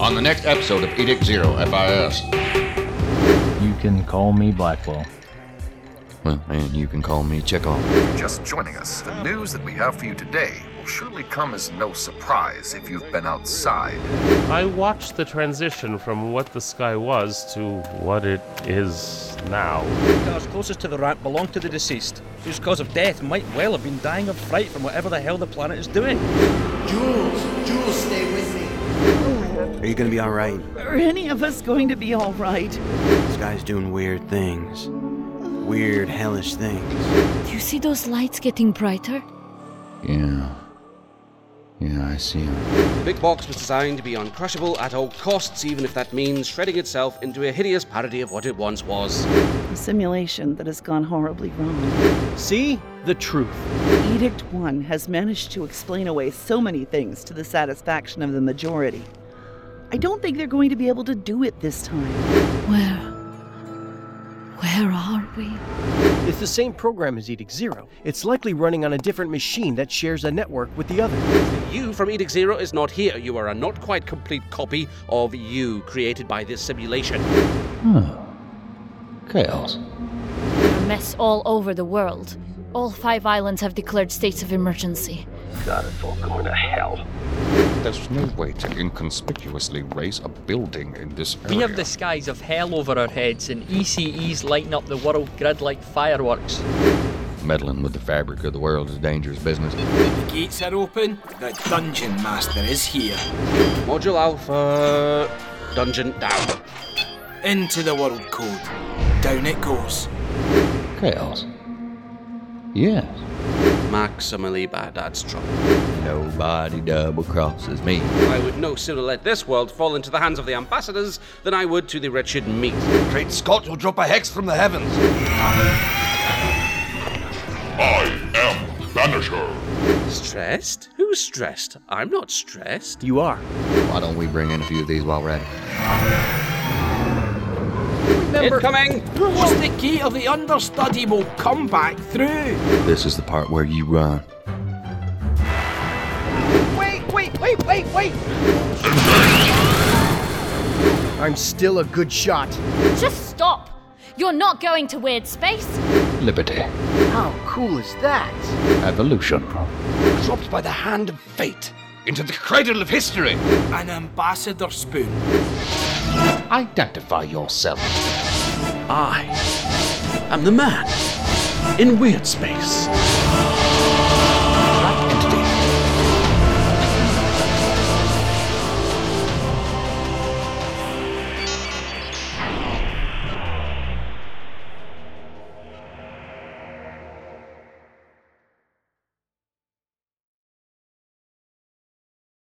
on the next episode of Edict Zero FIS. You can call me Blackwell. Well, and you can call me Chekhov. Just joining us, the news that we have for you today will surely come as no surprise if you've been outside. I watched the transition from what the sky was to what it is now. The cars closest to the ramp belong to the deceased, whose cause of death might well have been dying of fright from whatever the hell the planet is doing. Jules, Jules, stay with me. Are you gonna be alright? Are any of us going to be alright? This guy's doing weird things. Weird, hellish things. Do you see those lights getting brighter? Yeah. Yeah, I see him. The big box was designed to be uncrushable at all costs, even if that means shredding itself into a hideous parody of what it once was. A simulation that has gone horribly wrong. See? The truth. Edict 1 has managed to explain away so many things to the satisfaction of the majority. I don't think they're going to be able to do it this time. Where? Where are we? It's the same program as Edict Zero. It's likely running on a different machine that shares a network with the other. You from Edict Zero is not here. You are a not quite complete copy of you created by this simulation. Huh. Chaos. A mess all over the world. All five islands have declared states of emergency. God, it's all going to hell. There's no way to inconspicuously raise a building in this area. We have the skies of hell over our heads and E ECEs lighting up the world grid like fireworks. Meddling with the fabric of the world is dangerous business. The gates are open. The dungeon master is here. Module Alpha. Dungeon down. Into the world code. Down it goes. Chaos. Yes. Maximally bad, that's trouble. Nobody double crosses me. I would no sooner let this world fall into the hands of the ambassadors than I would to the wretched meat. Great Scott, you'll drop a hex from the heavens. I am Banisher. Stressed? Who's stressed? I'm not stressed. You are. Why don't we bring in a few of these while we're at it? Remember, Incoming! Just the key of the understudy will come back through. This is the part where you uh, run wait, wait, wait, wait! I'm still a good shot. Just stop! You're not going to weird space! Liberty. How cool is that? Evolution. Dropped by the hand of fate into the cradle of history. An ambassador spoon. Identify yourself. I am the man in weird space.